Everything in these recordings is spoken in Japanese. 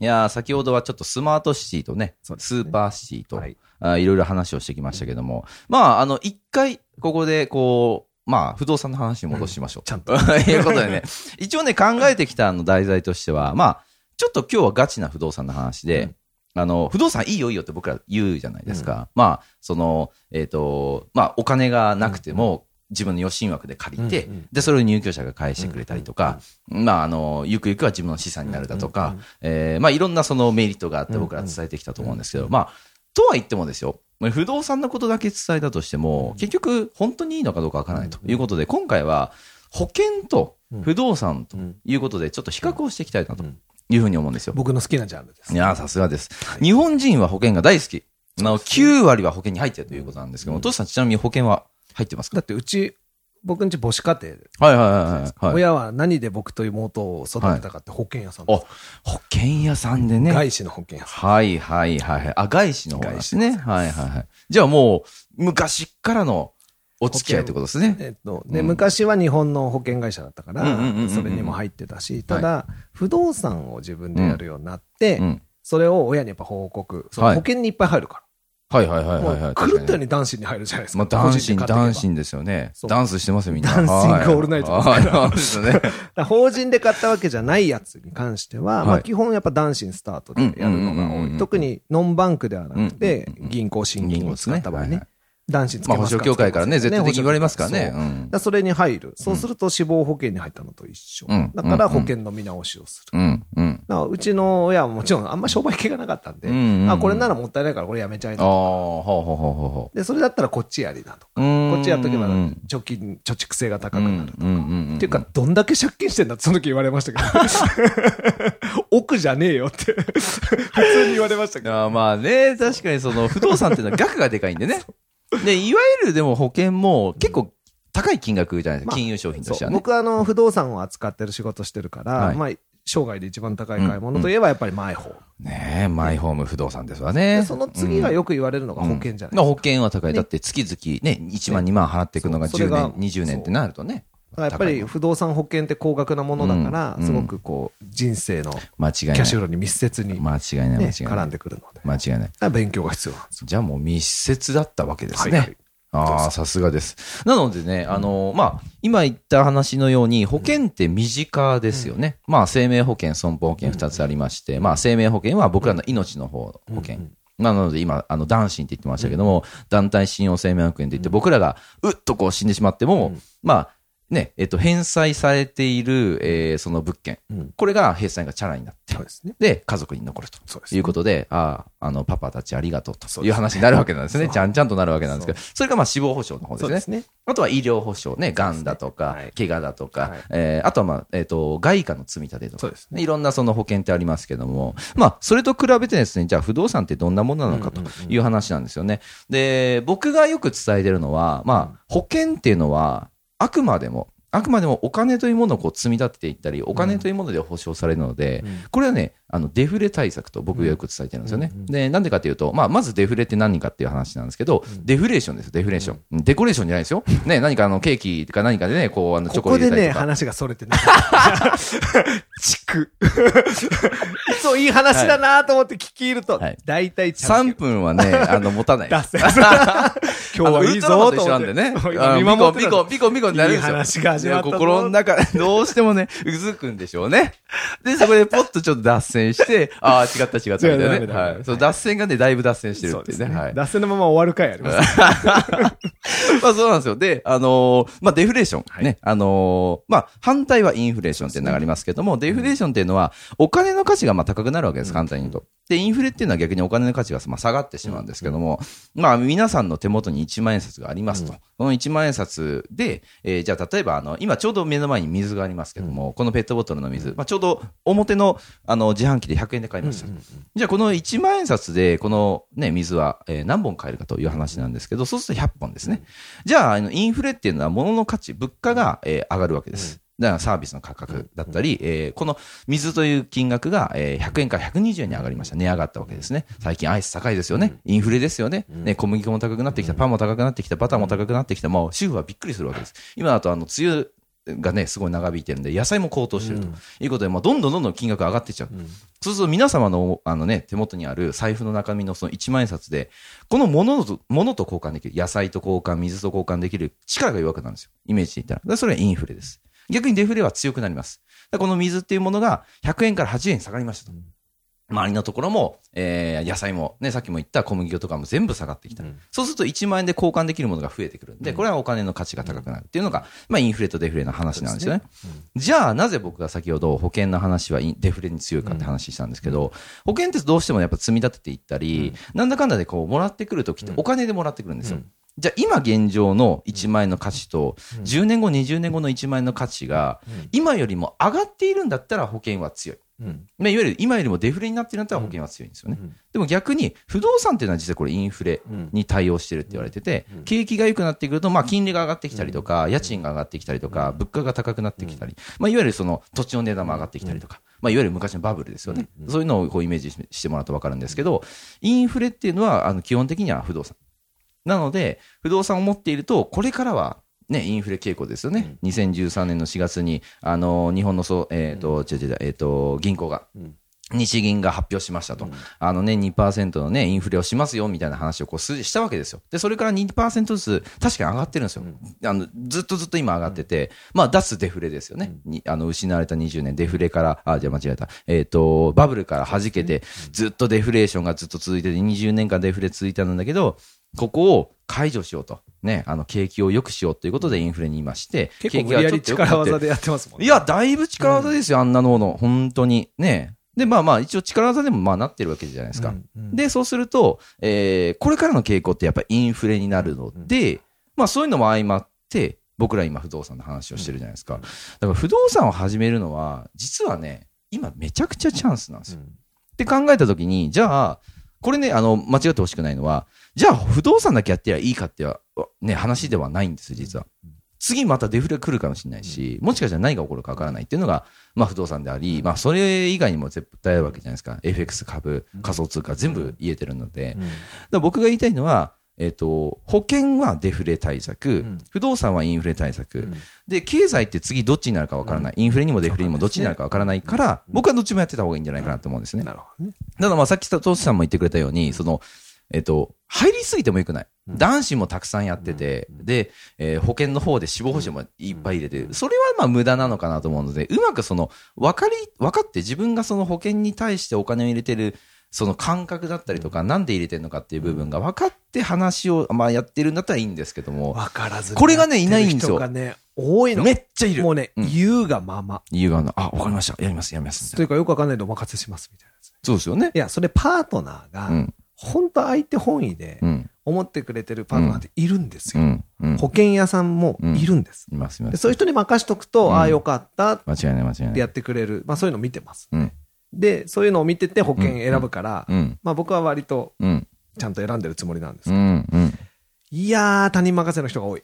いやー先ほどはちょっとスマートシティとね、そうですスねーパーシティと、はいい、あいろいろ話をしてきましたけども、まあ、あの、一回、ここで、こう、まあ、不動産の話に戻しましょう。ちゃん と。いうことでね、一応ね、考えてきたあの題材としては、まあ、ちょっと今日はガチな不動産の話で、あの、不動産いいよいいよって僕ら言うじゃないですか。まあ、その、えっ、と、まあ、お金がなくても、自分の余震枠で借りて、うんうんで、それを入居者が返してくれたりとか、まあ、あの、ゆくゆくは自分の資産になるだとか、えーまあ、いろんなそのメリットがあって僕ら伝えてきたと思うんですけど、まあ、とは言ってもですよ、不動産のことだけ伝えたとしても、結局、本当にいいのかどうかわからないということで、今回は、保険と不動産ということで、ちょっと比較をしていきたいなというふうに思うんですよ。僕の好きなジャンルです。いやー、さすがです。日本人は保険が大好き。あの、9割は保険に入ってるということなんですけども、トシさんちなみに保険は入ってますかだってうち、僕んち母子家庭で、はいはいはいはい。親は何で僕と妹を育てたかって保険屋さんあです、保険屋さんでね。外資の保険屋さん。はいはいはいはい。あ、外資の方なんですね。はいはいはい。じゃあもう、昔からのお付き合いってことですね。えっと、で、昔は日本の保険会社だったかうんうんうんうんうんら、それにも入ってたし、ただ、不動産を自分でやるようになっうてん、それを親にやっぱ報告。そのはい保険にいっぱい入るかはいはいはいら。はいはもい。う狂ったようね。にダンシーに入るじゃないですまか。あ、ダンシン、個人で買っていけばダンシンですよね。そうダンスしてますよ、みんな。ダンシングはいオールナイトはい、そうですね。だから法人で買ったわけじゃないやつに関しては、はいまあ基本やっぱ男子にスタートでやるのうんうんがうんうんう多んい。特にノンバンクではなくてうんうんう、ん銀行、信金を使った場合銀行ですねはいはねい。男子つけまあ、保ます証協会からね、つけ絶ま対す的に言われますからね。そううだんからそれに入る。そうすると死亡保険に入ったのと一緒うん。だから保険の見直しをする。うん、うん。だからうちの親はもちろんあんま商売系がなかったんでうんうんうん、あ、これならもったいないからこれやめちゃいああ、な。ほうほうほうほうほで、それだったらこっちやりなとか。う。うんこっちやっとけばうん貯金、貯蓄性が高うくんなる。うんうんん。っていうか、どんだけ借金してんだってその時言われましたけ ど。奥じゃねえよって、普通に 言われましたけど。あーまあね、確かにその不動産っていうのは額がでかいんでね。で、いわゆるでも保険も結構高い金額じゃないですか、まあ金融商品としてそはうね。僕はあの、不動産を扱ってる仕事してるから、はいまあ、生涯で一番高い買い物といえばやっぱりマイホーム。ねえ、マイホーム不動産ですわね。でその次がよよく言われるのが保険じゃないですか。保険は高い。ねだって月々ね、1万2万払っていくのがそうそ10れが年、20年ってなるとね。だからやっぱり不動産保険って高額なものだから、うんすごくこう、人生のキ間違いなャッシい。ュフローに密接に、ね、間違いない、間違いな絡いん。でくるので。だか間違いない。ら勉強が必要なんですじゃあもう密接だったわけですね。はいはいああ、さすがです。なのでね、あのまあ、今言った話のように、保険って身近ですよね。まあ、生命保険、損保保険2つありまして、まあ、生命保険は僕らの命の方の保険。なので今、あの、男子って言ってましたけども、団体信用生命保険って言って、僕らが、うっとこう死んでしまっても、まあ、ね、えっと、返済されている、えーその物件。うんこれが、返済がチャラになってよ。そうですね。で、家族に残るとそうですいうことで、ああ、あの、パパたちありがとうという話になるわけなんですね。ちゃんちゃんとなるわけなんですけど、それがまあ死亡保障の方ですそうね。ですね。あとは医療保障ね、癌だとか、はい怪我だとか、はいえーあとはまあ、えっ、と、外貨の積み立てとそうかです、ね、いろんなその保険ってありますけども、まあ、それと比べてですね、じゃあ不動産ってどんなものなのかという話なんですよね。で、僕がよく伝えてるのは、まあ、保険っていうのは、あくまでも、あくまでもお金というものをこう積み立てていったり、お金というもので保証されるので、これはね、あのデフレ対策と僕がよく伝えてるんですよね。で、なんでかというと、まあ、まずデフレって何かっていう話なんですけど、デフレーションですよ、デフレーション。デコレーションじゃないですよ。ね、何かあのケーキか何かでね、こう、あのチョこコをこ入れたでりね、とか。話がそれ てね。チク。そう、いい話だなと思って聞き入るとはい、大体ちゃん3分はね、あの、持たない。出せ。 今日あのはいいぞウルとトラ思っマてンと一緒なんでね。そ うあの今見守ってピたコ、ピコ、ピコになるんですよ。いい話が始まったぞで心の中、どうしてもね、うずくんでしょう ね。で、そこでポッとちょっと脱線して、ああ、違った違ったみたい 違なね。うダメダメダメはい。そう、脱線がね、だいぶ脱線してるそうっでていうすね。はねい。。脱線のまま終わる回ありま す。まあそうなんですよ。で、あのーまあデフレーション。ね。あのーまあ反対はインフレーションっていうのがありますけども、デフレーションっていうのは、お金の価値がまあ高くなるわけです、簡単に言うと。で、インフレっていうのは逆にお金の価値がまあ下がってしまうんですけども、まあ皆さんの手元に1万円札がありますと。この1万円札で、えーじゃあ例えばあの、今ちょうど目の前に水がありますけども、このペットボトルの水、まあちょうど表のあの自販機で100円で買いました。じゃあこの1万円札でこのね、水は、えー何本買えるかという話なんですけど、そうすると100本ですね。じゃあ、あのインフレっていうのは物の価値、物価が、えー上がるわけです。だからサービスの価格だったり、えーこの水という金額が、えー100円から120円に上がりました。値上がったわけですね。最近アイス高いですよね。インフレですよね。ね小麦粉も高くなってきた、パンも高くなってきた、バターも高くなってきた、もう主婦はびっくりするわけです。今だとあの、梅雨、がね、すごい長引いてるんで、野菜も高騰してるということで、まあ、どんどんどんどん金額上がってっちゃう。そうすると皆様のあの、ね、手元にある財布の中身のその1万円札で、この物と物と交換できる、野菜と交換、水と交換できる力が弱くなるんですよ。イメージで言ったら。だからそれはインフレです。逆にデフレは強くなります。だからこの水っていうものが100円から80円下がりましたと。周りのところも、えー野菜も、ね、さっきも言った小麦粉とかも全部下がってきた。そうすると1万円で交換できるものが増えてくるんで、これはお金の価値が高くなるっていうのが、まあインフレとデフレの話なんですよね。じゃあなぜ僕が先ほど保険の話はインデフレに強いかって話したんですけど、保険ってどうしてもやっぱ積み立てていったり、なんだかんだでこうもらってくるときってお金でもらってくるんですよ。じゃあ今現状の1万円の価値と、10年後、20年後の1万円の価値が、今よりも上がっているんだったら保険は強い。うんまあ、いわゆる今よりもデフレになってるんだったら保険は強いんですよね。でも逆に不動産っていうのは実際これインフレに対応してるって言われてて、景気が良くなってくると、まあ金利が上がってきたりとか、家賃が上がってきたりとか、物価が高くなってきたり、まあいわゆるその土地の値段も上がってきたりとか、まあいわゆる昔のバブルですよね。そういうのをこうイメージししてもらうと分かるんですけど、インフレっていうのはあの基本的には不動産。なので、不動産を持っていると、これからは、ね、インフレ傾向ですよね。2013年の4月に、あの、日本のそう、えっ、と、違う違うえっ、と、銀行が、日銀が発表しましたと。あのね、2%のね、インフレをしますよ、みたいな話をこう、数字したわけですよ。で、それから2%ずつ、確かに上がってるんですよ。あの、ずっとずっと今上がってて、まあ、脱デフレですよね。にあの、失われた20年、デフレから、あ、じゃあ間違えた。えっ、と、バブルから弾けて、ずっとデフレーションがずっと続いてて、20年間デフレ続いたんだけど、ここを解除しようと。ね、あの、景気を良くしようということでインフレにいまして、結構無理やり景気がち力ょっと良くなって技でやってますもんね。いや、だいぶ力技ですよ、あんなのの。本当に。ね。で、まあまあ、一応力技でもまあなってるわけじゃないですか。うんうんで、そうすると、えーこれからの傾向ってやっぱりインフレになるので、まあそういうのも相まって、僕ら今不動産の話をしてるじゃないですか。だから不動産を始めるのは、実はね、今めちゃくちゃチャンスなんですよ。って考えたときに、じゃあ、これね、あの、間違ってほしくないのは、じゃあ不動産だけやってりゃいいかっては、ね、話ではないんですよ、実は。次またデフレ来るかもしれないし、もしかしたら何が起こるかわからないっていうのが、まあ不動産であり、まあそれ以外にも絶対あるわけじゃないですか。FX 株、仮想通貨全部言えてるので。だから僕が言いたいのは、えっ、と、保険はデフレ対策、不動産はインフレ対策、で、経済って次どっちになるかわからない。インフレにもデフレにもどっちになるかわからないから、僕はどっちもやってた方がいいんじゃないかなと思うんですね。なるほどね。ただまあさっきさ、トシさんも言ってくれたように、その、えっと、入りすぎてもよくない。男子もたくさんやってて、で、えー保険の方で死亡保障もいっぱい入れて、それはまあ無駄なのかなと思うので、うまくその、分かり、分かって自分がその保険に対してお金を入れてる、その感覚だったりとか、なんで入れてるのかっていう部分が分かって話を、まあやってるんだったらいいんですけども、わからずにこれがねいないんですよやってる人がね、多いの。めっちゃいるもうね、うん言うがまま。言うがな、あ、わかりました。やります、やります。みたいなというかよくわかんないとお任せしますみたいなやつ。そうですよね。いや、それパートナーうがん、本当相手本位でうん。思ってくれてるパートナーっているんですうよ。ん。うん。保険屋さんもいるんです。います、いま。ですそういう人に任しとくと、んああ、よかったっ間違いない、間違いない。てやってくれる。まあそういうの見てます。うん。で、そういうのを見てて保険選ぶからう、ん。まあ僕は割とうん。ちゃんと選んでるつもりなんですう。ん。うん。いやー、他人任せの人が多い。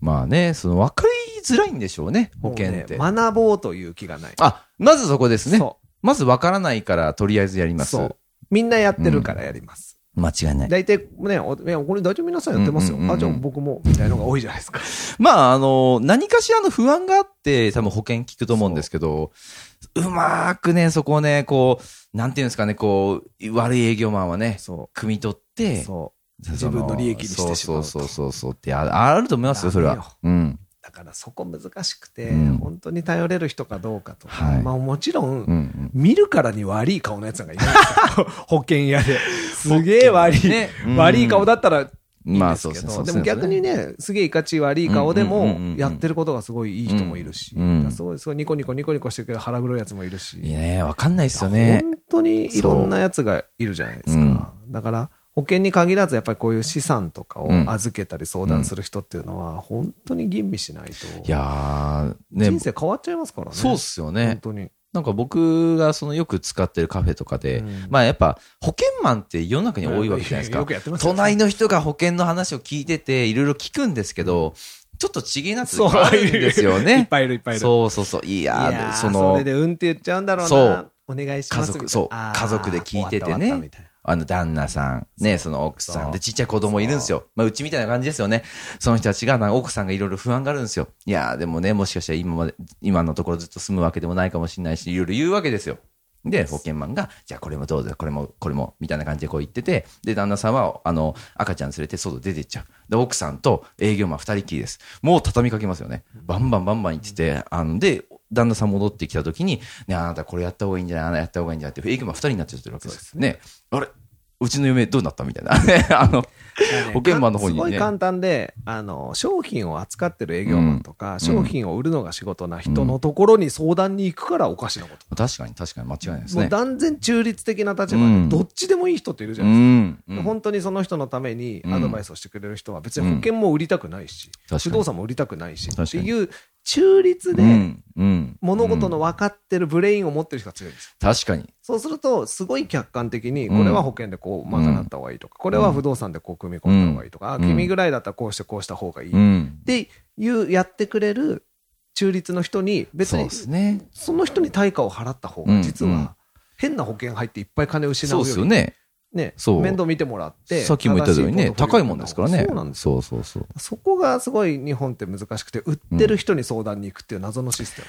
まあね、その分かりづらいんでしょうね、保もうね険って。学ぼうという気がない。あ、まずそこですねそ。まず分からないから、とりあえずやります。そう。みんなやってるからやります。間違いない。大体ね、おいやこれ大丈夫皆さんやってますようんうん。うんうんあ、じゃあ僕も、みたいなのが多いじゃないですか。まあ、あの、何かしらの不安があって、多分保険聞くと思うんですけど、うまーくね、そこをね、こう、なんていうんですかね、こう、悪い営業マンはね、そ汲み取って、そう。そ自分の利益にしてしまうとそうそうそうそうってあ、あると思いますよ、それダメはよ。うん。だからそこ難しくて、うん本当に頼れる人かどうかとか、はいまあもちろん、うんうん。見るからに悪 い顔のやつなんかいないんですよ。保険屋で。すげえ悪い、ねうん悪い顔だったら、いいんまあですそうけですね。そど、うですねも逆に、ね、すげえいかち悪い顔でうんうんうんうもん、やってることがすごいいい人もいるし、うんうんすごい、すごいニコニコニコニコしてるけど腹黒いやつもいるし、いいね、わかんないですよね。本当にいろんなやつがいるじゃないですそううか。だから、保険に限らず、やっぱりこういう資産とかをうん預けたり相談する人っていうのは、本当に吟味しないと、いやー、ね人、生変わっちゃいますからね。そうっすよ本ね。当に。なんか僕がそのよく使ってるカフェとかで、うんまあやっぱ保険マンって世の中に多いわけじゃないですかよく。やってますよ隣の人が保険の話を聞いてて、いろいろ聞くんですけど、ちょっとちげえなつそうがあるんですよいっね。ぱいいる、いっぱいいる。そうそうそう。いやーいやーそのれでうんって言っちゃうんだろうな。そうお願いしますみたいな。家族そうあー家族で聞いててね終わった終わったみたいなあの旦那さん、ね、その奥さんで、ちっちゃい子供いるんですよ。まあ、うちみたいな感じですよね。その人たちが、なんか奥さんがいろいろ不安があるんですよ。いやー、でもね、もしかしたら今まで、今のところずっと住むわけでもないかもしれないし、いろいろ言うわけですよ。で、保険マンが、じゃあこれもどうぞ、これも、これも、みたいな感じでこう言ってて、で、旦那さんは、あの、赤ちゃん連れて外出てっちゃう。で、奥さんと営業マン二人きりです。もう畳みかけますよね。バンバンバンバン言ってて、あの、で、旦那さん戻ってきた時に、ね、あなたこれやった方がいいんじゃないあなたやった方がいいんじゃないって、営業マン二人になっちゃってるわけです。ね。あれうちの嫁どうなったみたいな。 あの、保険マンの方にねすごい簡単で、あの、商品を扱ってる営業マンとか、商品を売るのが仕事な人のところに相談に行くからおかしなこと。確かに確かに間違いないですもうね。断然中立的な立場うんで、どっちでもいい人っているじゃうないですか。ん。うん本当にその人のためにアドバイスをしてくれる人は別にうん保険も売りたくないし、かに不動産も売りたくないし、確かにっていう中立うでんうん物事うのん分かってるブレインを持ってる人が強いです。確かに。そうすると、すごい客観的に、うんこれは保険でこう賄った方がいいとか、これは不動産でこう組み込んだ方がいいとか、あうん君ぐらいだったらこうしてこうした方がいい。うっん。ていう、やってくれる中立の人に、別そうにですね。その人に対価を払った方うが、ん実うんは変な保険入っていっぱい金を失うそうよですより、ね。ね、そう面倒見てもらって、さっきも言ったようにね、正し高いポートフォリオもんですからね。そうなんですよ。そうそうそう。そこがすごい日本って難しくて、売ってる人に相談に行くっていう謎のシステ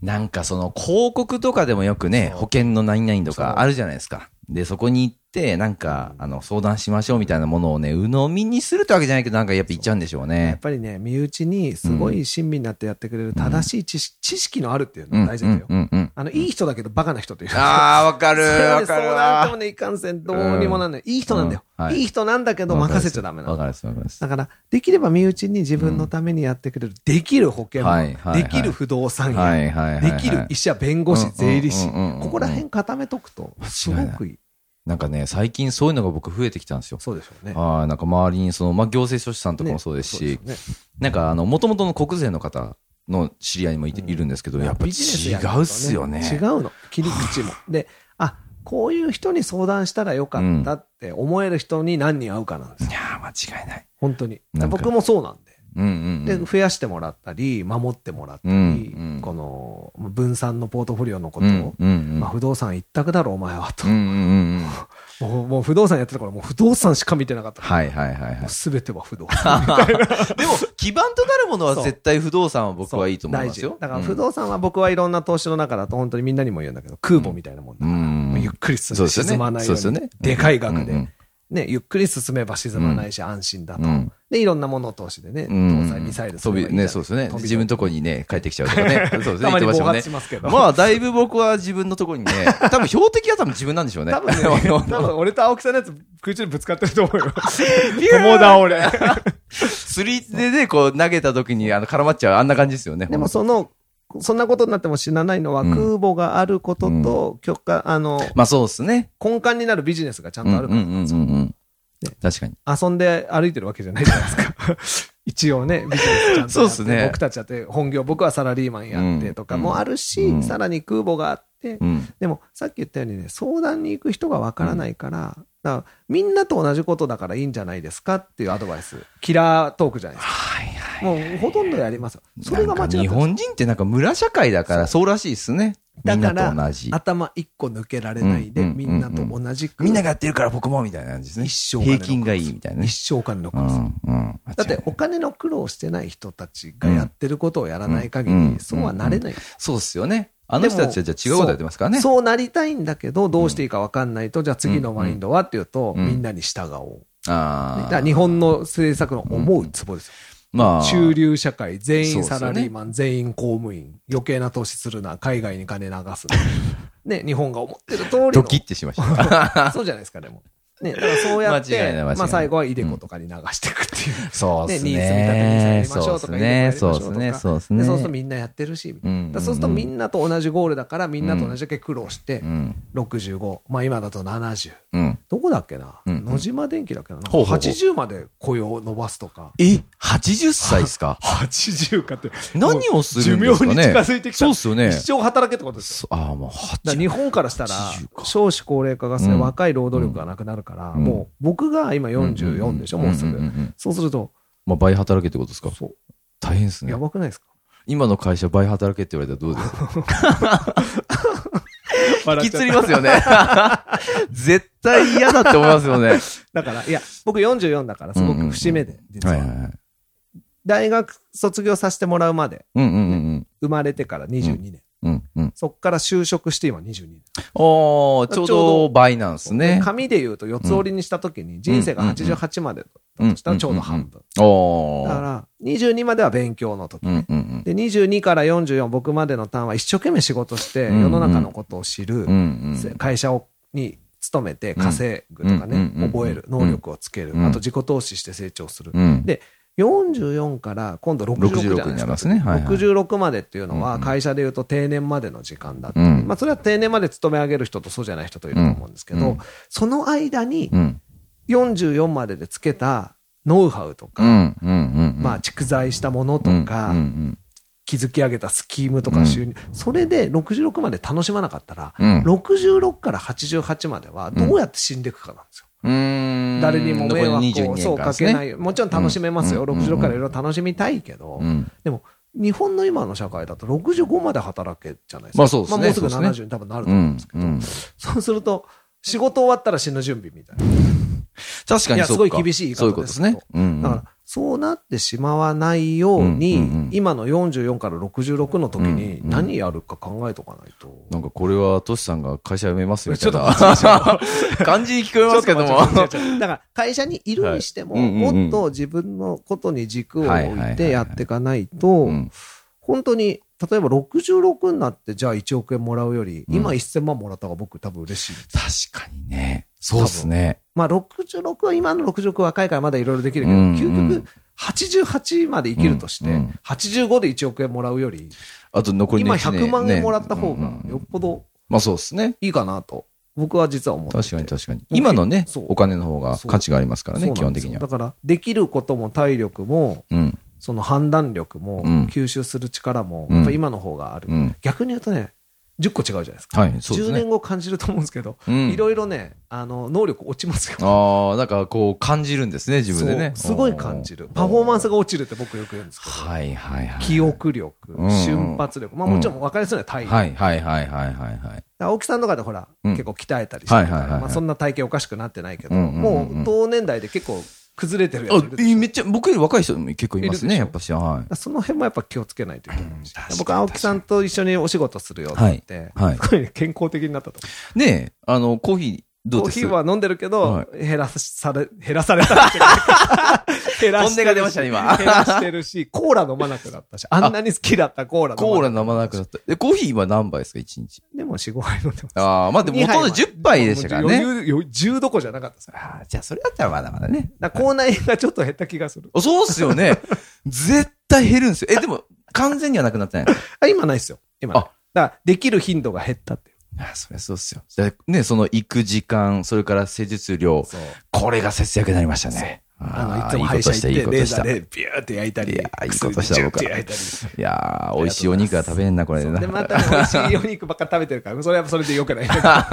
ム。なんかその広告とかでもよくね、そう保険の何々とそうかあるじゃないですか。で、そこに行って、なんか、あの、相談しましょうみたいなものをね、鵜呑みにするってわけじゃないけど、なんかやっぱ行っちゃうんでしょうやっね。ぱりね、身内にすごい親身になってやってくれる正しい知識,、知識のあるっていうのが大事だよ。うんうんうんうん。あの、いい人だけどバカな人というか。 ああ、わかる。 そうわねかるそうなるとわ。ね、いかんせんどうにもなんない。いい人なんだよ、うんはいい。い人なんだけど任せちゃダメなわの。かるです、わかるです。だから、できれば身内に自分のためにやってくれる、できる保険も、はいはいはいできる不動産屋、はいはいはいはいできる医者、弁護う士、ん税理士、うんうんうんうんここら辺固めとくと、す違いなごいくいい。なんかね、最近そういうのが僕増えてきたんですよ。そうでしょうね。はい、なんか周りにその、まあ、行政書士さんとかもそうですし、ねそうですよねなんかあの、もともとの国税の方の知り合いもい,、いるんですけど、やっぱ違ビジネスやるとうっすよね。違うの。切り口も。で、あ、こういう人に相談したらよかったって思える人に何人会うかなんですよ。いやー、間違いない。本当に。なんか僕もそうなんで。うんうん、うで、ん。増やしてもらったり、守ってもらったり、うんうんこの分散のポートフォリオのこうとを、んうんうんまあ、不動産一択だろ、お前はとうんう。んうん。もうもう不動産やってたから、もう不動産しか見てなかった。はいはいはいはい。すべては不動産。 でも、基盤となるものはそう絶対不動産は僕はいいと思い大ます事よ。だから不動産は僕はいろんな投資の中だと本当にみんなにも言うんだけど、空母みたいなもんだから、うんもうゆっくり進んそうでですよね沈まないようにそうですよねでかい額うんうでん、ね、ゆっくり進めば沈まないし安心だとうん。で、いろんなものを投資でね、うん搭載ミサイルす飛ればいいび、ね、んじゃないそうですね。飛び自分のとこにね、帰ってきちゃうとか ね。そうですね。たまに言ってし暴た発よしねますけど。まあ、だいぶ僕は自分のとこ にね、多分標的は多分自分なんでしょうね。多分ね、多分俺と青木さんのやつ空中にぶつかってると思うよ。ュー友倒れ。釣りでね、こう投げた時にあの絡まっちゃう、あんな感じですよね。 でもその、そんなことになっても死なないのはうん空母があることと、許可、あの、まあそうですね。根幹になるビジネスがちゃんうんとうあんるうからんうんうんね。確かに。遊んで歩いてるわけじゃないじゃないですか。 一応ね、ビジネスちゃんとそうっやってすね僕たちだって本業、僕はサラリーマンやってとかもあるし、うんさらに空母があって、うん。でもさっき言ったようにね、相談に行く人がわからないから、だからみんなと同じことだからいいんじゃないですかっていうアドバイス。キラートークじゃないですか。はいはい。もうほとんどやりますよ。それが間違なっんてかる日本人ってなんか村社会だからそうらしいですね。みだんかならと同じ。頭一個抜けられないで、うんうんみんなと同じく、みんながやってるから僕もみたいな感じです一ね。生平均がいいみたいなね。一生お金のうコんースうん。間だって違いないお金の苦労してない人たちがやってることをやらない限り、うんそうはなれない。そうですよね。あの人たちはじゃあ違うことやってますからね。そうそうなりたいんだけど、どうしていいか分かんないと、じゃあ次のマインドはっていうと、うんみんなに従おう。だあからあ。日本の政策の思うツボですよ。まあ。中流社会、全そう員ですよサねラリーマン、全員公務員、余計な投資するな、海外 に金流すな。ね、日本が思ってる通りの。ドキってしました。 そうじゃないですか、でも。ね、だからそうやっ間違ていない、間違いないまあ最後はイデコとかに流していくっていう。 そうですニーズ見立てにやね。りましそうょうでとすかね。いそろういろやりましですね。そうょうとかですでね。そうするとみんなやってるし、みたいなうんうんうんだからそうするとみんなと同じゴールだからみんなと同じだけ苦労して、うん。 65、まあ今だと70。うん。どこだっけな、うんうん野島電機だっけななんかほうほうほう80まで雇用を伸ばすとか。え ?80 歳ですか80かって。何をするんですかね寿命に近づいてきた。そうっすよね一生働けってことですよ。そああ、もうだから80。日本からしたら80か、少子高齢化が進んでうん若い労働力がなくなるから、んもう僕が今44でしょ、もうすんんんぐ。んそうすると、まあ、倍働けってことですかそ大変ですう、ねや。ばくないですか今の会社倍働けって言われたらどうです か笑っ引きちゃつったりますよね。 絶対嫌だって思いますよ ね。だから、いや、僕44だからすごく節目で、実はいはいは。はい。大学卒業させてもらうまで、うんうんうん生まれてから22年。うん。うんうん。そっから就職して今22年。おーちょうちょうど倍なんですね。紙で言うと四つ折りにした時に人生が88までだとしたらちょうど半分。おだーから22までは勉強の時う。んうんで、22から44僕までのターンは一生懸命仕事してうんうん世の中のことを知るうん。う、んうん。会社をに勤めて稼ぐとかねうんうん、覚える、能力をつけるう、んあと自己投資して成長するう。ん。で、44から今度66じゃ66ないにでなすりか。ますね。はいはい。 66までっていうのうんはうん会社でいうと定年までの時間だって、うんまあ、それは定年まで勤め上げる人とそうじゃない人といると思うんですけど、うんその間にうん。 44まででつけたノウハウとうか、んうんうん。まあ、蓄財したものとか、うんうん築き上げたスキームとか収入、それで66まで楽しまなかったら、うん66から88まではどうやって死んでいくかなんですよ。うん。うーん誰にも迷残り惑22を年そう間でかすけねないよ。もちろん楽しめますよ。うん66からいろいろ楽しみたいけど、うん。でも、日本の今の社会だと65まで働けじゃないですか。まあそうですねもうすぐそうです70に多分なるとう思うんんですけうど、ん。そうすると、仕事終わったら死ぬ準備みたいな。確かいにやそすうかごい厳しい言いそういう方ことでですすけどね。うんだから、そうなってしまわないように、うんうんうん今の44から66の時にうんうん何やるか考えとかないと。なんかこれはトシさんが会社辞めますみちたょいっなと待ってちょっと待っ感じに聞こえてますけども。ちょっと待ってちょっと待ってだから会社にいるにしても、はいうんうんうんもっと自分のことに軸をはいはいは置いいはいてやっていかないと、うん本当に、例えば66になって、じゃあ1億円もらうより、うん今1000万もらった方が僕多分嬉しい。確かにね。そうですね。まあ66は今の66若いからまだいろいろできるけど、うん究極88まで生きるとして、うんうん85で1億円もらうより、あと残りの今一年100万円もらったね方うんうがんよっぽどまあそうですね。いいかなと、僕は実は思ってて確かに確かに。今のねそう、お金の方が価値がありますからね、基そうな本んで的すよにだは。から、できることも体力も、うん。その判断力も、うん吸収する力も、うんやっぱ今の方がある。うん。逆に言うとね、10個違うじゃないですか。はい、そうですね10年。後感じると思うんですけど、うんいろいろね、あの、能力落ちますよ。ああ、なんかこう感じるんですね、自分でね。そうすごい感じる。パフォーマンスが落ちるって僕よく言うんですけど、はいはいはい。記憶力うん、瞬発力、まあもちろん分かりやすいのは体力。はいはいはいはいはいはい。青木さんとかでほら、うん結構鍛えたりしてるかはいはいはら、いはいまあそんな体型おかしくなってないけど、うんうんうんうんもう同年代で結構崩れてるやついるあ、でしょいいめっちゃ、僕より若い人も結構いますね、いやるっでぱし、はだからその辺もやっぱ気をつけないといけないしうん確かに僕、青木さんと一緒にお仕事するよって言って、はいはいすごい健康的になったと思い。ねえ、あの、コーヒー、う。どうコーですヒーは飲んでるけど、は減らされ、減らされたら 減らして本音るしが出ましたね今減らしてるし、コーラ飲まなくなったし、あんなに好きだったコーラコーラ飲飲まなくなった。で、コーヒーは何杯ですか、1日。でも4、5杯飲んでます。ああ、まあでも、ほとんど10杯でしたからね。余裕余裕10どこじゃなかったです。ああ、じゃあ、それだったらまだまだね。だから口内炎がちょっと減った気がする。あそうっすよね。 絶対減るんですよ。え、でも、完全にはなくなってないのあ、今ないですよ。今ないあだから、できる頻度が減ったっていう。ああ、そりゃそうっすよ。でね、その行く時間、それから施術量、そう。これが節約になりましたね。あの、あいあついもいこ歯医と者し行た、っいいて、ことレしーた。ザーでビューって焼いたり、いやーいいことした薬で僕はジュッて焼いたり。いやー、美味しいお肉が食べれんな、これそうな。で、またね美味しいお肉ばっか食べてるから、それはそれで良くない。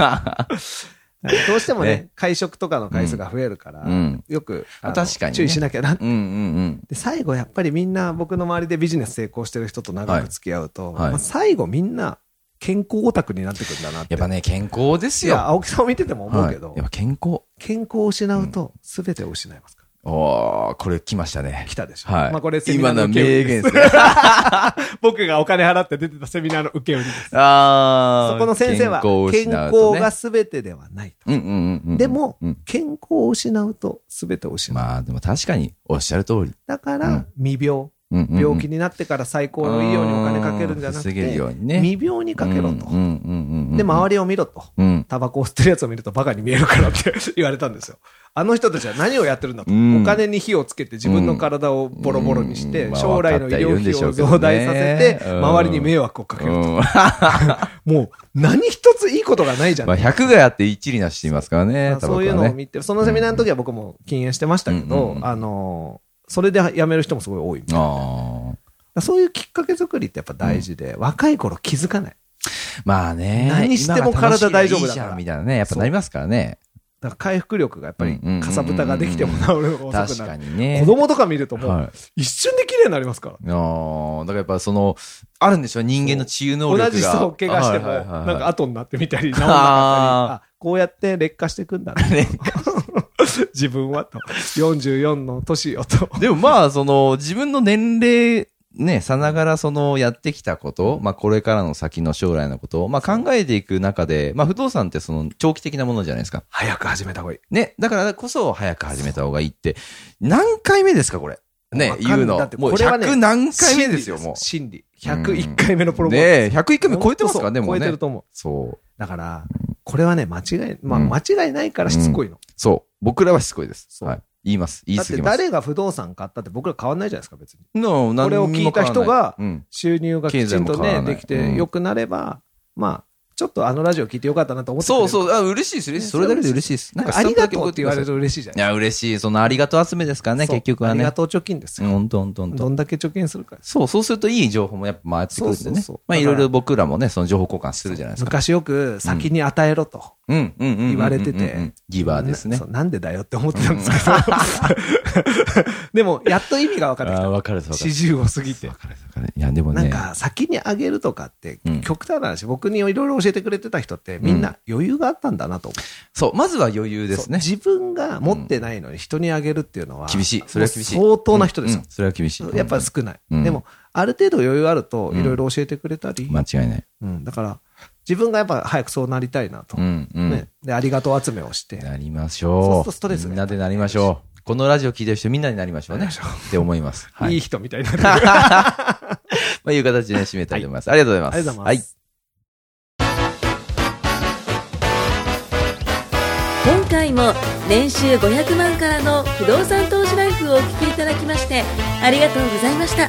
どうしてもねね、会食とかの回数が増えるからうん、よく、ああの確かにね注意しなきゃな。うんうんで、最後やっぱりみんな、僕の周りでビジネス成功してる人と長く付き合うはと、いはいまあ最後みんな健康オタクになってくるんだなっやて。っぱね、健康ですいよ。や、青木さんを見てても思うはいけやどっ、ぱ健康。健康を失うと全てを失いますから。おー、これ来ましたね来。たでしょ。はい。まあこれセミナ今ーのの名受け売り言ですですね。僕がお金払って出てたセミナーの受け売りです。 あーそこの先生は、健康を健失う康とねが全てではないと。うんうんうんうん。でもうん、健康を失うと全てを失う。まあでも確かにおっしゃる通り。だかうらん、未病、うんうんうん病気になってから最高のいいようにお金かけるんじゃなく防げるようて、にね未病にかけろとうん。うんうんうん、で、周りを見ろと。うん。タバコを吸ってるやつを見るとバカに見えるからって言われたんですよ。あの人たちは何をやってるんだと。うんお金に火をつけて自分の体をボロボロにしうてん、まあ将来の医療費を増大させて、うん周りに迷惑をかけるうと。んもう何一ついいことがないじゃ んまあ、。100があって一理なしって言いますからね、タバコそはうねいうのを見て、そのセミナーの時は僕も禁煙してましたけうんうんどう、んあのー、それで辞める人もすごい多いみたいな。あそういうきっかけ作りってやっぱ大事で、若い頃気づかない。ーまあね。何しても体大丈夫今が楽しいらいいだからじゃんみたいなね、やっぱなりますからね。だから回復力がやっぱりうんうんうんうんかさぶたができても治るのが確遅くなかる。にね。子供とか見るともうはい。一瞬で綺麗になりますから。あーだからやっぱその、あるんでしょ人間の治癒能力が。同じ人を怪我しても、はいはいはいはいなんか後になってみたり、治んなかったり、 ああこうやって劣化していくんだな。劣自分はと。44の年よと。でもまあ、その、自分の年齢、ね、さながらその、やってきたこと、まあ、これからの先の将来のことを、まあ、考えていく中で、まあ、不動産ってその、長期的なものじゃないですか。早く始めた方がいい。ね、だからこそ早く始めた方がいいって、何回目ですか、これ。ねわ、かんない言うのだって。もうこれはね100何回目ですよ、も心理。うん101回目のプう。ロポーズ。ね101回目超えてますからね、本も当そう超えてねる。と思う。そう。だから、これはね、間違い、まあ、うん間違いないからしつこいの。そう。僕らはしつこいです。そうはい。言います。言いだっ過てぎます。誰が不動産買ったって僕ら変わんないじゃないですか、別に。のこれを聞いた人がうん。収入がきちんと経済も変わらね、ないできうてん良くなれば、まあ、ちょっとあのラジオ聞いてよかったなと思ってくれそうるそう。あ、嬉しいです、嬉しいです。それだけで嬉しいです。なんか、ありがとうって言われるる。と嬉しいじゃないいや、嬉しい。その、ありがとう集めですからね、そう結局はありねが。とう貯金ですうよ。ん、どんどんどどん。んだけ貯金するかです。そう、そうするといい情報もやっぱ回ってくるんでそうそうねそう。まあ、だいからろいろ僕らもね、その情報交換するじゃないですか。昔よく先に与えろと。うん、うん、うんうんうん。言われててうん。ギバーですねなそ。うなんでだよって思ってたんですけど。 でも、やっと意味が分かってきあーた。わかる、わかる。四十を過ぎてわ。かる、わかる。いや、でもなんね。か、先にあげるとかってうん、極端な話、僕にいろいろ教えてくれてた人って、みんな余裕があったんだなと思う。そう、まずは余裕でそうすね。自分が持ってないのに人にあげるっていうのは、厳しい。それは厳しい。もう相当な人ですようん。それは厳しい。やっぱ少ない。うんでも、ある程度余裕あると、いろいろ教えてくれたり、間違いない。うん、だから、自分がやっぱ早くそうなりたいなとう。ん、うん。ね、で、ありがとう集めをして。なりましそうすょるう。とストレスが、みんなでなりましょう。このラジオ聞いてる人みんなになりましょうね。 って思います。はいいい。人みたいにな ってるありがまあ、いう形で締めたいと思います。ありがとうございます。とうございます。今回も年収500万からの不動産投資ライフをお聞きいただきましてありがとうございました